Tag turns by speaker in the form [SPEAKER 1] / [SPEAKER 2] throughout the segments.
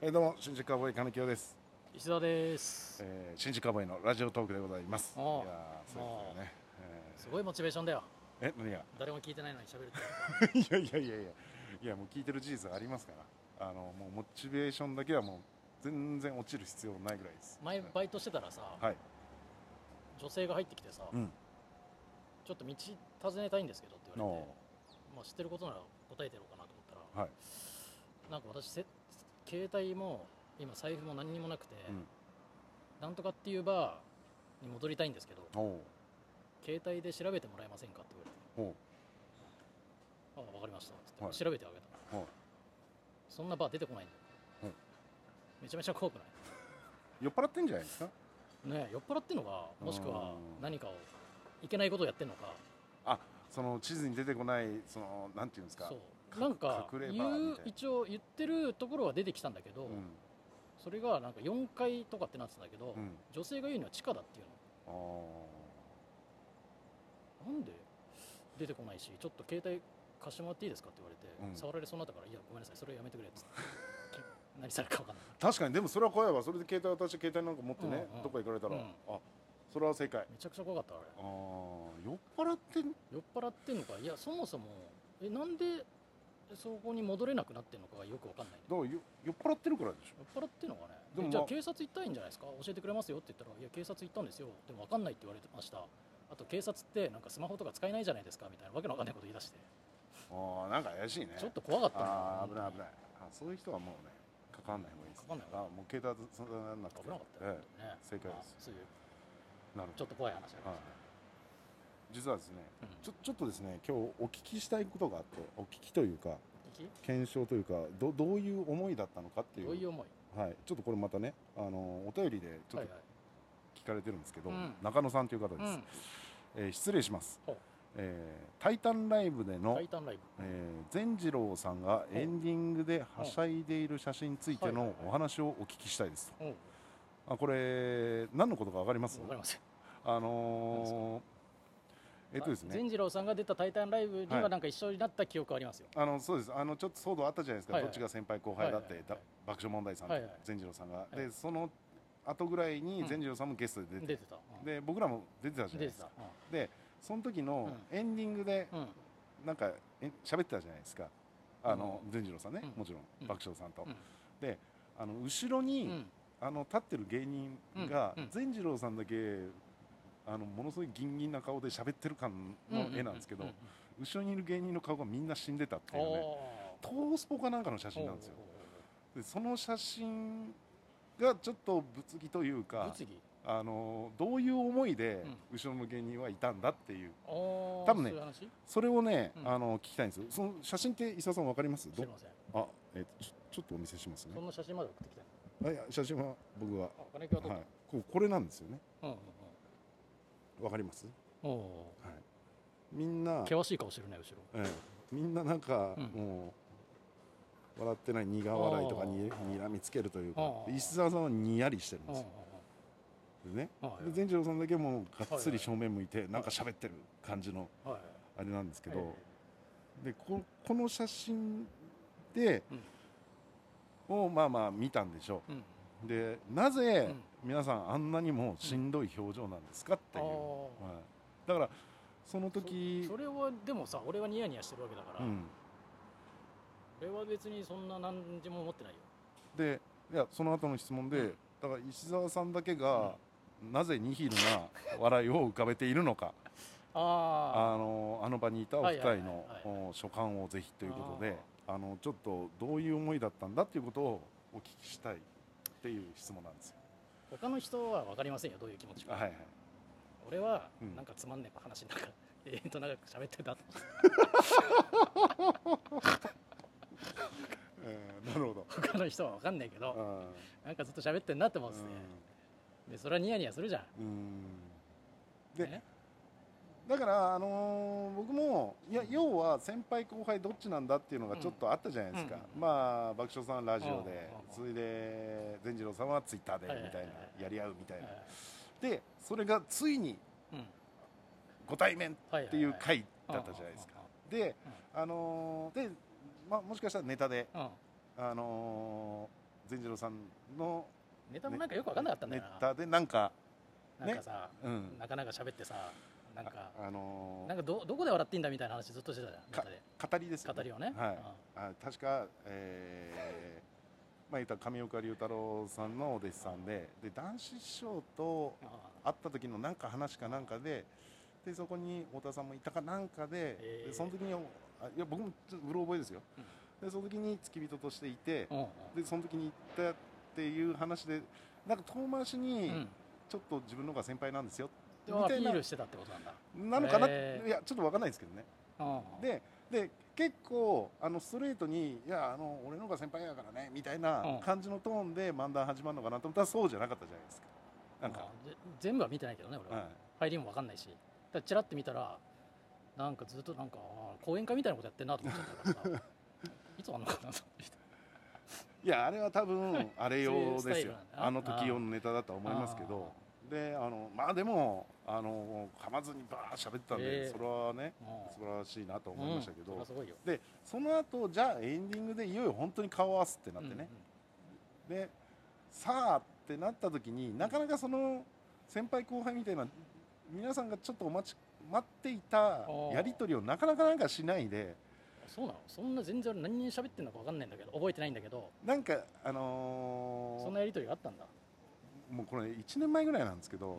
[SPEAKER 1] えーどうも新宿アボーイ金城です、
[SPEAKER 2] 石田です、
[SPEAKER 1] えー新宿アボーイのラジオトークでございますいや
[SPEAKER 2] お
[SPEAKER 1] ー
[SPEAKER 2] う
[SPEAKER 1] そうですよね
[SPEAKER 2] すごいモチベーションだよ
[SPEAKER 1] えーえ何が
[SPEAKER 2] 誰も聞いてないのに喋るって
[SPEAKER 1] いやいやいやいやいやもう聞いてる事実がありますからあのもうモチベーションだけはもう全然落ちる必要ないぐらいです
[SPEAKER 2] 前
[SPEAKER 1] はい
[SPEAKER 2] バイトしてたらさ、
[SPEAKER 1] はい
[SPEAKER 2] 女性が入ってきてさ、
[SPEAKER 1] うん
[SPEAKER 2] ちょっと道尋ねたいんですけどって言われ
[SPEAKER 1] の
[SPEAKER 2] て、まあ、知ってることなら答えてやろうかなと思ったら、
[SPEAKER 1] はい
[SPEAKER 2] なんか私せ携帯も今財布も何にもなくて、
[SPEAKER 1] うん
[SPEAKER 2] なんとかっていうバーに戻りたいんですけど
[SPEAKER 1] おう
[SPEAKER 2] 携帯で調べてもらえませんかって言われて
[SPEAKER 1] おう
[SPEAKER 2] ああ分かりましたって
[SPEAKER 1] はい
[SPEAKER 2] って調べてあげた
[SPEAKER 1] おう
[SPEAKER 2] そんなバー出てこないんだよ、
[SPEAKER 1] うん
[SPEAKER 2] めちゃめちゃ怖くない
[SPEAKER 1] 酔っ払ってんじゃないですか
[SPEAKER 2] ねえ酔っ払ってんのかもしくは
[SPEAKER 1] うん
[SPEAKER 2] 何かをいけないことをやってんのか
[SPEAKER 1] その地図に出てこないそのなんていうんですか
[SPEAKER 2] そう
[SPEAKER 1] か
[SPEAKER 2] なんか
[SPEAKER 1] 隠れバー
[SPEAKER 2] 言
[SPEAKER 1] み
[SPEAKER 2] う
[SPEAKER 1] たいな
[SPEAKER 2] 一応言ってるところは出てきたんだけど、
[SPEAKER 1] うん
[SPEAKER 2] それがなんか4階とかってなってたんだけど、
[SPEAKER 1] うん
[SPEAKER 2] 女性が言うには地下だっていう
[SPEAKER 1] あ
[SPEAKER 2] のなんで出てこないしちょっと携帯貸してもらっていいですかって言われて、
[SPEAKER 1] うん
[SPEAKER 2] 触られそうになったからいやごめんなさいそれやめてくれっつって き何されるか分かんない
[SPEAKER 1] ー確かにでもそれは怖いわそれで携帯渡して携帯なんか持ってね、
[SPEAKER 2] うんうん
[SPEAKER 1] どっか行かれたら、
[SPEAKER 2] うん
[SPEAKER 1] あそれは正解
[SPEAKER 2] めちゃくちゃ怖かったあれ
[SPEAKER 1] ああ酔っ払ってん
[SPEAKER 2] 酔っ払ってんのかいやそもそもえなんでそこに戻れなくなってんのかがよく分かんないんだよ
[SPEAKER 1] だからよ酔っ払ってるからでしょ
[SPEAKER 2] 酔っ払ってんのかね
[SPEAKER 1] でも
[SPEAKER 2] えじゃあ
[SPEAKER 1] まあ
[SPEAKER 2] 警察行ったらいいんじゃないですか教えてくれますよって言ったらいや警察行ったんですよでも分かんないって言われてましたあと警察ってなんかスマホとか使えないじゃないですかみたいなわけのわかんないこと言い出して
[SPEAKER 1] ああなんか怪しいね
[SPEAKER 2] ちょっと怖かった
[SPEAKER 1] ああ危ない
[SPEAKER 2] 本
[SPEAKER 1] 危ないあそういう人はもうねかかんない方がいいです
[SPEAKER 2] かかんない
[SPEAKER 1] あもう携帯そんなになく
[SPEAKER 2] 当
[SPEAKER 1] て
[SPEAKER 2] に危なかったよ、
[SPEAKER 1] え
[SPEAKER 2] ね
[SPEAKER 1] 正解です
[SPEAKER 2] まあそういう
[SPEAKER 1] えなる
[SPEAKER 2] ち
[SPEAKER 1] ほ
[SPEAKER 2] ょっと怖い話だけ
[SPEAKER 1] ど
[SPEAKER 2] ど
[SPEAKER 1] はい実はですね
[SPEAKER 2] うん
[SPEAKER 1] ちょちょっとですね今日お聞きしたいことがあってお聞きというか
[SPEAKER 2] いき
[SPEAKER 1] 検証というかどどういう思いだったのかっていう
[SPEAKER 2] どういう思い
[SPEAKER 1] はい、ちょっとこれまたねあのお便りでちょ
[SPEAKER 2] は
[SPEAKER 1] っ
[SPEAKER 2] い
[SPEAKER 1] と聞かれてるんですけど、
[SPEAKER 2] うん
[SPEAKER 1] 中野さんという方です、
[SPEAKER 2] はい、
[SPEAKER 1] えー失礼します
[SPEAKER 2] ほう、
[SPEAKER 1] えータイタンライブで
[SPEAKER 2] うん、
[SPEAKER 1] の
[SPEAKER 2] タイタンライブ、
[SPEAKER 1] えー善次郎さんがエンディングではしゃいでいる写真について
[SPEAKER 2] はい
[SPEAKER 1] の
[SPEAKER 2] はいはい
[SPEAKER 1] お話をお聞きしたいですと
[SPEAKER 2] うん、
[SPEAKER 1] あこれ何のことか分かります
[SPEAKER 2] 分かりません
[SPEAKER 1] あのー、えっとですね
[SPEAKER 2] 善次郎さんが出た「タイタンライブ」に
[SPEAKER 1] は
[SPEAKER 2] はいなんか一緒になった記憶ありますよ、
[SPEAKER 1] あのそうですあのちょっと騒動あったじゃないですか、
[SPEAKER 2] はいは
[SPEAKER 1] ど
[SPEAKER 2] い
[SPEAKER 1] っちが先輩後輩だって、
[SPEAKER 2] はいはいはい
[SPEAKER 1] だ爆笑問題さんと
[SPEAKER 2] はいはい
[SPEAKER 1] 善次郎さんが、
[SPEAKER 2] い
[SPEAKER 1] でその後ぐらいに
[SPEAKER 2] うん
[SPEAKER 1] 善次郎さんもゲストで出て
[SPEAKER 2] 出、てた、うん
[SPEAKER 1] で僕らも出てたじゃないで
[SPEAKER 2] 出て
[SPEAKER 1] す
[SPEAKER 2] た
[SPEAKER 1] かでその時のエンディングで
[SPEAKER 2] うん、うん
[SPEAKER 1] なんかえ喋ってたじゃないですかあの善次郎さんね、
[SPEAKER 2] うん
[SPEAKER 1] もちろん、
[SPEAKER 2] うん
[SPEAKER 1] 爆笑さんと、
[SPEAKER 2] うん
[SPEAKER 1] であの後ろに、
[SPEAKER 2] うん
[SPEAKER 1] あの立ってる芸人が
[SPEAKER 2] うんうん
[SPEAKER 1] 善次郎さんだけあのものすごいギンギンな顔で喋ってる感の絵なんですけど
[SPEAKER 2] うう
[SPEAKER 1] 後ろにいる芸人の顔がみんな死んでたっていううんね
[SPEAKER 2] おー
[SPEAKER 1] トースポかなんかの写真なんですよでその写真がちょっと物議というか
[SPEAKER 2] 物議
[SPEAKER 1] あのどういう思いで後ろの芸人はいたんだっていう
[SPEAKER 2] 多
[SPEAKER 1] 多分ね
[SPEAKER 2] そういう話知り
[SPEAKER 1] それをね、
[SPEAKER 2] うん
[SPEAKER 1] あの聞きたいんですよその写真って伊沢さんわかりますど
[SPEAKER 2] ません
[SPEAKER 1] あ、えっとちょちょっとお見せしますね
[SPEAKER 2] そんな写真まで送ってきたの
[SPEAKER 1] あいや写真は僕が、は
[SPEAKER 2] あ金木はい撮った、
[SPEAKER 1] ここれなんですよね
[SPEAKER 2] うんうん
[SPEAKER 1] わかります
[SPEAKER 2] うんお
[SPEAKER 1] はい、みんな
[SPEAKER 2] ー、険しい顔してるね後ろ
[SPEAKER 1] ええみんななんか、
[SPEAKER 2] うん
[SPEAKER 1] もう笑ってない苦笑いとかに
[SPEAKER 2] あー
[SPEAKER 1] にらみつけるという
[SPEAKER 2] あ
[SPEAKER 1] か
[SPEAKER 2] ー
[SPEAKER 1] 石澤さんはにやりしてるんで
[SPEAKER 2] うん
[SPEAKER 1] す
[SPEAKER 2] うん
[SPEAKER 1] よ、でね
[SPEAKER 2] うんはい
[SPEAKER 1] で善次郎さんだけもうがっつ
[SPEAKER 2] はいは
[SPEAKER 1] り
[SPEAKER 2] い
[SPEAKER 1] 正面向いてなんか喋ってる感じの
[SPEAKER 2] はいはい
[SPEAKER 1] あれなんですけど、
[SPEAKER 2] はい
[SPEAKER 1] でここの写真で、をまあまあ見たんでしょ
[SPEAKER 2] うん
[SPEAKER 1] うでなぜ
[SPEAKER 2] うん
[SPEAKER 1] 皆さんあんなにもしんどい表情なんですかっていう、
[SPEAKER 2] あー
[SPEAKER 1] はい、だからその時
[SPEAKER 2] それはでもさ俺はニヤニヤしてるわけだから、
[SPEAKER 1] うん、
[SPEAKER 2] 俺は別にそんな何時も思ってないよ
[SPEAKER 1] でいやその後の質問で、
[SPEAKER 2] うん
[SPEAKER 1] だから石澤さんだけが、なぜニヒルな笑いを浮かべているのか
[SPEAKER 2] あ
[SPEAKER 1] あのあの場にいたお二人
[SPEAKER 2] はいはいはい
[SPEAKER 1] の
[SPEAKER 2] はい
[SPEAKER 1] お所感をぜひということであのちょっとどういう思いだったんだっていうことをお聞きしたいっていう質問なんですよ。
[SPEAKER 2] あ他の人は分かりませんよどういう気持ちか、
[SPEAKER 1] はいはい、
[SPEAKER 2] 俺は
[SPEAKER 1] うん
[SPEAKER 2] なんかつまんねえ話だから、 永遠と長く喋ってた
[SPEAKER 1] えーなるほど
[SPEAKER 2] 他の人は分かんないけど、
[SPEAKER 1] あ
[SPEAKER 2] なんかずっと喋ってんなって思うんですね、でそれはニヤニヤするじゃん
[SPEAKER 1] ーうんで、
[SPEAKER 2] ね
[SPEAKER 1] だから、あのー僕もいや要は先輩後輩どっちなんだっていうのがちょっとあったじゃないですか、
[SPEAKER 2] うん
[SPEAKER 1] まあ爆笑さんラジオで
[SPEAKER 2] うん
[SPEAKER 1] それで善次郎さんはツイッターでみ
[SPEAKER 2] は
[SPEAKER 1] た
[SPEAKER 2] いはいはい
[SPEAKER 1] いなやり合うみたいな
[SPEAKER 2] はい
[SPEAKER 1] でそれがついに
[SPEAKER 2] うん
[SPEAKER 1] ご対面
[SPEAKER 2] はいはいはい
[SPEAKER 1] っていう回だったじゃないですかで、あのーでまあ、もしかしたらネタで、
[SPEAKER 2] うんうんうんうん
[SPEAKER 1] あのー善次郎さんの
[SPEAKER 2] ネタもなんかよく分かんなかったんだ
[SPEAKER 1] ネ
[SPEAKER 2] よな、
[SPEAKER 1] タでなんか、
[SPEAKER 2] なんかさ、
[SPEAKER 1] うん、
[SPEAKER 2] なかなか喋ってさなんか
[SPEAKER 1] ああのー
[SPEAKER 2] なんかどどこで笑っていいんだみたいな話ずっとしてたじゃんネタで
[SPEAKER 1] 語りですよ、ね、
[SPEAKER 2] 語りをね、
[SPEAKER 1] はいあ確か、えー、まあ言ったら上岡龍太郎さんのお弟子さんでで男子師匠と
[SPEAKER 2] うんあ
[SPEAKER 1] 会った時のなんか話かなんかででそこに太田さんもいたかなんかで,、
[SPEAKER 2] えー
[SPEAKER 1] でその時にあいや僕もちょっとうろ覚えですよ、でその時に付き人としていて
[SPEAKER 2] あうん
[SPEAKER 1] でその時に行ったっていう話でなんか遠回し
[SPEAKER 2] うん
[SPEAKER 1] に
[SPEAKER 2] うん
[SPEAKER 1] ちょっと自分の方が先輩なんですよ、
[SPEAKER 2] で
[SPEAKER 1] み
[SPEAKER 2] アピ
[SPEAKER 1] たいな
[SPEAKER 2] ールしてたってことなんだ、
[SPEAKER 1] なのかな、
[SPEAKER 2] えー
[SPEAKER 1] いやちょっとわかんないですけどね
[SPEAKER 2] うん、
[SPEAKER 1] でで結構あのストレートに「いやあの俺の方が先輩やからね」みたいな
[SPEAKER 2] うん
[SPEAKER 1] 感じのトーンで漫談始まるのかなと思ったらそうじゃなかったじゃないですかなんか
[SPEAKER 2] あ、ぜ全部は見てないけどね俺は、
[SPEAKER 1] はい
[SPEAKER 2] 入りも分かんないしだからチラッて見たらなんかずっとなんかあー講演会みたいなことやってんなと思っちゃったから さいつあんのかなと思って
[SPEAKER 1] いやあれは多 分あれ用
[SPEAKER 2] そういうスタ
[SPEAKER 1] で
[SPEAKER 2] イ
[SPEAKER 1] す
[SPEAKER 2] ル
[SPEAKER 1] よ
[SPEAKER 2] なんだ
[SPEAKER 1] あの時用のネタだとは思いますけどであのまあでもあの噛まずにバーッ喋ってたんで、
[SPEAKER 2] え ー
[SPEAKER 1] それはね
[SPEAKER 2] うん
[SPEAKER 1] 素晴らしいなと思いましたけど、
[SPEAKER 2] うんそれはすごいよ
[SPEAKER 1] でその後じゃあエンディングでいよいよ本当に顔を合わすってなってね、でさあってなった時になかなかその先輩後輩みたいな皆さんがちょっとお待ち待っていた
[SPEAKER 2] ー
[SPEAKER 1] やり取りをなかなかなんかしないで
[SPEAKER 2] うんそうなのそんな全然俺何人喋ってんのか分かんないんだけど覚えてないんだけど
[SPEAKER 1] なんかあのー
[SPEAKER 2] そんなやり取りがあったんだ、
[SPEAKER 1] もうこれ1年前ぐらいなんですけ
[SPEAKER 2] う
[SPEAKER 1] ど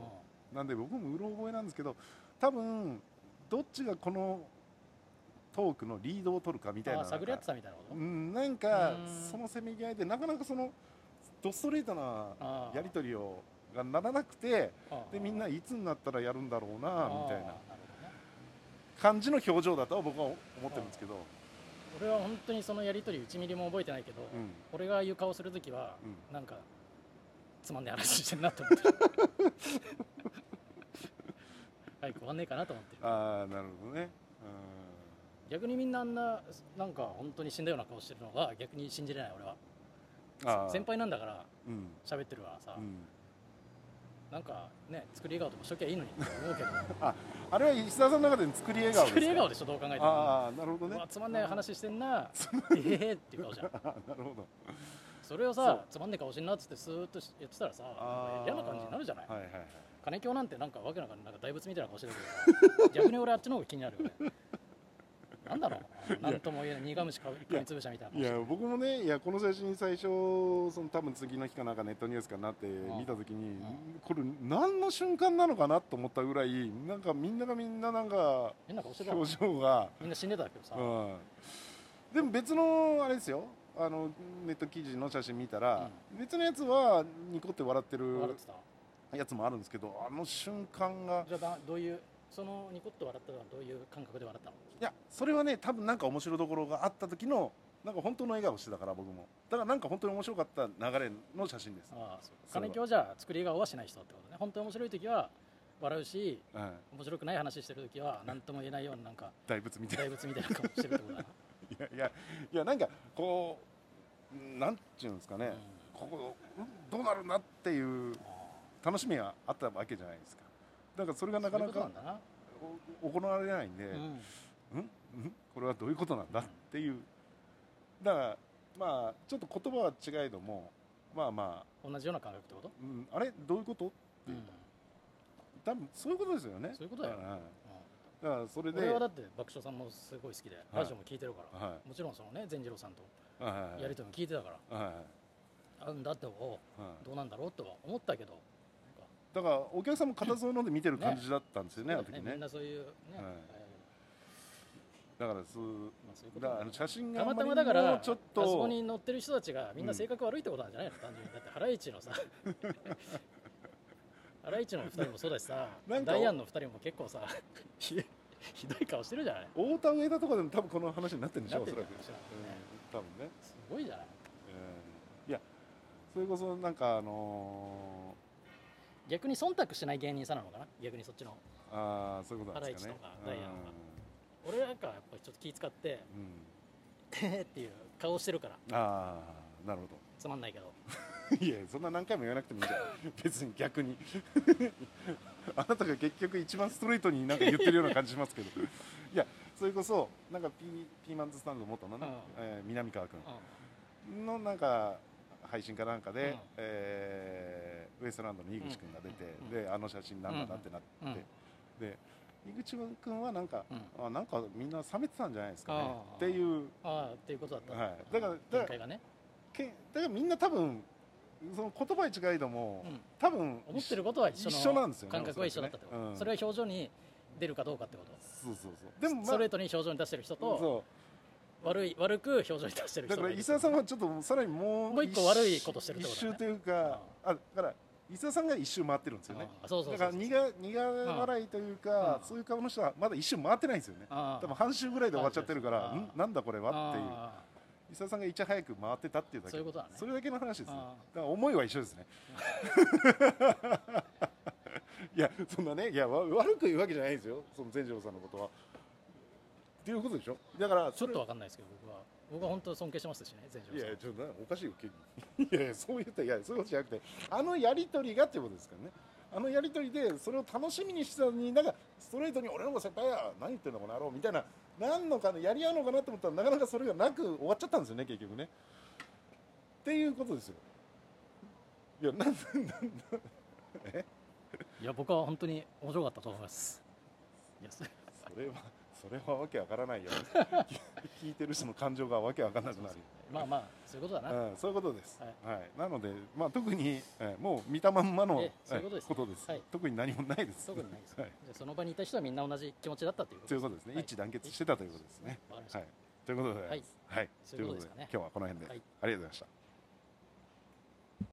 [SPEAKER 2] ん、
[SPEAKER 1] なんで僕もうろ覚えなんですけど多分どっちがこのトークのリードを取るかみたい
[SPEAKER 2] あ
[SPEAKER 1] な
[SPEAKER 2] ー探り合って
[SPEAKER 1] なんか
[SPEAKER 2] たみたいなこと、
[SPEAKER 1] うんなんか
[SPEAKER 2] うーん
[SPEAKER 1] そのせめぎ合いでなかなかそのドストレートな
[SPEAKER 2] あー
[SPEAKER 1] やり取りをがならなくて
[SPEAKER 2] あー
[SPEAKER 1] でみんないつになったらやるんだろう
[SPEAKER 2] あ
[SPEAKER 1] な
[SPEAKER 2] ー
[SPEAKER 1] みたいな
[SPEAKER 2] るほどね
[SPEAKER 1] 感じの表情だとは僕は思ってるんですけど、
[SPEAKER 2] 俺は本当にそのやり取り1ミリも覚えてないけど、
[SPEAKER 1] うん
[SPEAKER 2] 俺がああいう顔するときは、
[SPEAKER 1] う
[SPEAKER 2] なんかつまんねえ話してんなと思って 早く終わんねえかなと思ってる
[SPEAKER 1] ああなるほどね
[SPEAKER 2] 逆にみんなあんななんか本当に死んだような顔してるのが逆に信じれない俺は
[SPEAKER 1] うんあー
[SPEAKER 2] 先輩なんだから
[SPEAKER 1] うん
[SPEAKER 2] 喋ってるわさ、
[SPEAKER 1] うん
[SPEAKER 2] なんかね作り笑顔とかしときゃいいのにって思うけど
[SPEAKER 1] あれは石田さんの中での作り笑顔です
[SPEAKER 2] 作り笑顔
[SPEAKER 1] で
[SPEAKER 2] でしょどう考えても
[SPEAKER 1] ああなるほど
[SPEAKER 2] う
[SPEAKER 1] ね
[SPEAKER 2] わつまんない話してんなええっていう顔じゃん
[SPEAKER 1] あ ーなるほど
[SPEAKER 2] それを
[SPEAKER 1] そ
[SPEAKER 2] さ
[SPEAKER 1] う
[SPEAKER 2] つまんねえ顔してんなっつってスーッとしやってたらさ
[SPEAKER 1] あー
[SPEAKER 2] 嫌な感じになるじゃない、
[SPEAKER 1] はいはいはい
[SPEAKER 2] 金京なんてなんかわけなんかなんか大仏みたいな顔してるけど さ逆に俺あっちの方が気になるよねなんだろうなんとも言えない苦虫か噛みつぶしたみたいない顔して
[SPEAKER 1] や
[SPEAKER 2] る
[SPEAKER 1] 僕もねいやこの写真最初その多分次の日かなんかネットニュースかなって見た時に、これ何の瞬間なのかなと思ったぐらいなんかみんながみんななんか
[SPEAKER 2] 変な顔してた
[SPEAKER 1] 表情が
[SPEAKER 2] みんな死んでたけどさ、
[SPEAKER 1] うん、でも別のあれですよあのネット記事の写真見たら、別のやつはニコって笑って
[SPEAKER 2] 笑
[SPEAKER 1] る
[SPEAKER 2] ってた
[SPEAKER 1] やつもあるんですけどあの瞬間が
[SPEAKER 2] じゃあだどういうそのニコッと笑ったのはどういう感覚で笑ったの
[SPEAKER 1] いやそれはね多分なんか面白いところがあった時のなんか本当の笑顔してたから僕もだからなんか本当に面白かった流れの写真です、
[SPEAKER 2] ああそう
[SPEAKER 1] それは
[SPEAKER 2] 金京じゃあ作り笑顔はしない人ってことね本当に面白い時は笑うし
[SPEAKER 1] うん、
[SPEAKER 2] 面白くない話してる時は何とも言えないようななんか
[SPEAKER 1] 大仏みたい
[SPEAKER 2] 大仏みたいな顔してるって ことだな、
[SPEAKER 1] ないやいやいやなんかこうなんていうんですかね、
[SPEAKER 2] うん
[SPEAKER 1] ここうんどうなるんだっていう楽しみがあったわけじゃないですかだからそれがなかな
[SPEAKER 2] そういうことな
[SPEAKER 1] か
[SPEAKER 2] んだな、
[SPEAKER 1] お行われないんで、
[SPEAKER 2] うん
[SPEAKER 1] んんこれはどういうことなんだっていうだからまあちょっと言葉は違えどもまあまあ、
[SPEAKER 2] 同じような感覚ってこと、
[SPEAKER 1] うん、あれどういうこと
[SPEAKER 2] う
[SPEAKER 1] うんん多分そういうことですよね
[SPEAKER 2] そういうことだよ
[SPEAKER 1] んんだからそれで
[SPEAKER 2] 俺はだって爆笑さんもすごい好きで、ラジオも聞いてるから、
[SPEAKER 1] は
[SPEAKER 2] もちろんそのね善次郎さんと
[SPEAKER 1] いはいはい
[SPEAKER 2] やりとりも聞いてたから、
[SPEAKER 1] はいはい
[SPEAKER 2] あんだってお
[SPEAKER 1] はい
[SPEAKER 2] どうなんだろうとは思ったけど、
[SPEAKER 1] だからお客さんも片そうので見てる感じだったんですよねあの
[SPEAKER 2] そう
[SPEAKER 1] 時
[SPEAKER 2] だよみ
[SPEAKER 1] ね
[SPEAKER 2] んなそういうね、
[SPEAKER 1] はい
[SPEAKER 2] え
[SPEAKER 1] だからそう
[SPEAKER 2] ーまあ、そういうこと
[SPEAKER 1] だか
[SPEAKER 2] だよ
[SPEAKER 1] らあの写真が
[SPEAKER 2] たまた
[SPEAKER 1] あ
[SPEAKER 2] ま
[SPEAKER 1] り
[SPEAKER 2] だ
[SPEAKER 1] に
[SPEAKER 2] から、
[SPEAKER 1] もちょっ
[SPEAKER 2] あそことに乗ってる人たちがみんな性格悪いってことなんじゃ ないの、単純に。だって、ハライチのさ、 ハライチの二人もそうだしさ
[SPEAKER 1] なん、か
[SPEAKER 2] ダイアンの二人も結構さ、ひひどい顔してるじゃない。
[SPEAKER 1] 太田上田とかでも多分この話になってるんでしょ
[SPEAKER 2] な
[SPEAKER 1] お
[SPEAKER 2] って
[SPEAKER 1] そ
[SPEAKER 2] る
[SPEAKER 1] らく、
[SPEAKER 2] かもしれないね
[SPEAKER 1] うん、多分ね
[SPEAKER 2] すごいじゃない。
[SPEAKER 1] うんいやそれこそなんかあの
[SPEAKER 2] 逆に忖度しない芸人さんなのかな、逆にそっちの。
[SPEAKER 1] ーあーそういうことなんですかね
[SPEAKER 2] ハライチとかダイアンは俺なんかやっぱりちょっと気使って、
[SPEAKER 1] うんうん
[SPEAKER 2] てへへっていう顔してるから、
[SPEAKER 1] ああなる
[SPEAKER 2] つまんないけど。
[SPEAKER 1] ほど いやそんな何回も言わなくてもいいじゃん 別に逆にあなたが結局一番ストレートになんか言ってるような感じしますけどいやそれこそなんかピーピーマンズスタンド元のね、
[SPEAKER 2] うん
[SPEAKER 1] えー南川君
[SPEAKER 2] うん
[SPEAKER 1] のなんか配信かなんかで、
[SPEAKER 2] うん
[SPEAKER 1] えーウエストランドの井口君が出て、
[SPEAKER 2] うん
[SPEAKER 1] であの写真なんだなってなって、
[SPEAKER 2] うんうん
[SPEAKER 1] で井口君はなんか、
[SPEAKER 2] うん
[SPEAKER 1] あなんかみんな冷めてたんじゃないですかね
[SPEAKER 2] あー
[SPEAKER 1] っていう
[SPEAKER 2] ああっていうことだった、
[SPEAKER 1] はいだから
[SPEAKER 2] うん
[SPEAKER 1] だから
[SPEAKER 2] 見解がね、
[SPEAKER 1] けだからみんな多分その言葉は違いども、
[SPEAKER 2] うん
[SPEAKER 1] 多分
[SPEAKER 2] 思ってることは一緒の
[SPEAKER 1] 一緒なんですよね
[SPEAKER 2] 感覚は一緒だったってこと、
[SPEAKER 1] おそらくねうん
[SPEAKER 2] それは表情に出るかどうかってこと
[SPEAKER 1] そうそうそうでも
[SPEAKER 2] ストレートに表情に出してる人と
[SPEAKER 1] そ
[SPEAKER 2] 悪い悪く表情に出してる
[SPEAKER 1] うだから
[SPEAKER 2] 人がいる
[SPEAKER 1] 伊沢さんはちょっとさらにもう
[SPEAKER 2] もう一個悪いことしてるってこと
[SPEAKER 1] 一周
[SPEAKER 2] だよね
[SPEAKER 1] というかあだから伊沢さんが一周回ってるんですよね
[SPEAKER 2] ああそうそうそ
[SPEAKER 1] だ
[SPEAKER 2] う
[SPEAKER 1] から苦苦笑いというか、
[SPEAKER 2] うん
[SPEAKER 1] そういう顔の人はまだ一周回ってないんですよね
[SPEAKER 2] ああ
[SPEAKER 1] 多分半周ぐらいで終わっちゃってるから
[SPEAKER 2] あ
[SPEAKER 1] んなんだこれはっていう
[SPEAKER 2] あ
[SPEAKER 1] 伊沢さんがいち早く回ってたっていうだけ
[SPEAKER 2] そういうことだね
[SPEAKER 1] れだけの話ですねだ
[SPEAKER 2] あ
[SPEAKER 1] から思いは一緒ですね いやそんなねいやわ悪く言うわけじゃないですよその全治郎さんのことはっていうことでしょだから
[SPEAKER 2] あち
[SPEAKER 1] そ
[SPEAKER 2] ょっ
[SPEAKER 1] れ
[SPEAKER 2] とわかんないですけど僕は僕は本当尊敬してますしね全
[SPEAKER 1] い
[SPEAKER 2] 治郎
[SPEAKER 1] や
[SPEAKER 2] さん
[SPEAKER 1] いやちょっとなおかしいよ急に いやいやそう言ったいやそういうことじゃなくてあのやり取りがっていうことですからねあのやり取りでそれを楽しみにしてたのになんかストレートに俺の方が先輩や何言ってんだこの野郎みたいな何のかなやり合うのかなと思ったらなかなかそれがなく終わっちゃったんですよね結局ねっていうことですよいやなん
[SPEAKER 2] いや僕は本当に面白かったと思いますいやそれ
[SPEAKER 1] それはそれはわけわからないよ 聞いてる人の感情がわけわからなくなる
[SPEAKER 2] まあまあそういうことだな、
[SPEAKER 1] うん、そういうことです。
[SPEAKER 2] は
[SPEAKER 1] はい、なので、まあ、特に、えーもう見たまんまの
[SPEAKER 2] ええそういうことです
[SPEAKER 1] え
[SPEAKER 2] ね
[SPEAKER 1] ーことです
[SPEAKER 2] はい
[SPEAKER 1] 特に何もないです。
[SPEAKER 2] 特にないです、
[SPEAKER 1] はい、
[SPEAKER 2] じゃあその場にいた人はみんな同じ気持ちだったということ
[SPEAKER 1] とい
[SPEAKER 2] で
[SPEAKER 1] うことですね、
[SPEAKER 2] はい
[SPEAKER 1] 一致団結してたということですね。
[SPEAKER 2] わかりました
[SPEAKER 1] はい、ということでございます、はい、
[SPEAKER 2] そういうことですかね
[SPEAKER 1] ということで今日はこの辺で、
[SPEAKER 2] はい
[SPEAKER 1] ありがとうございました。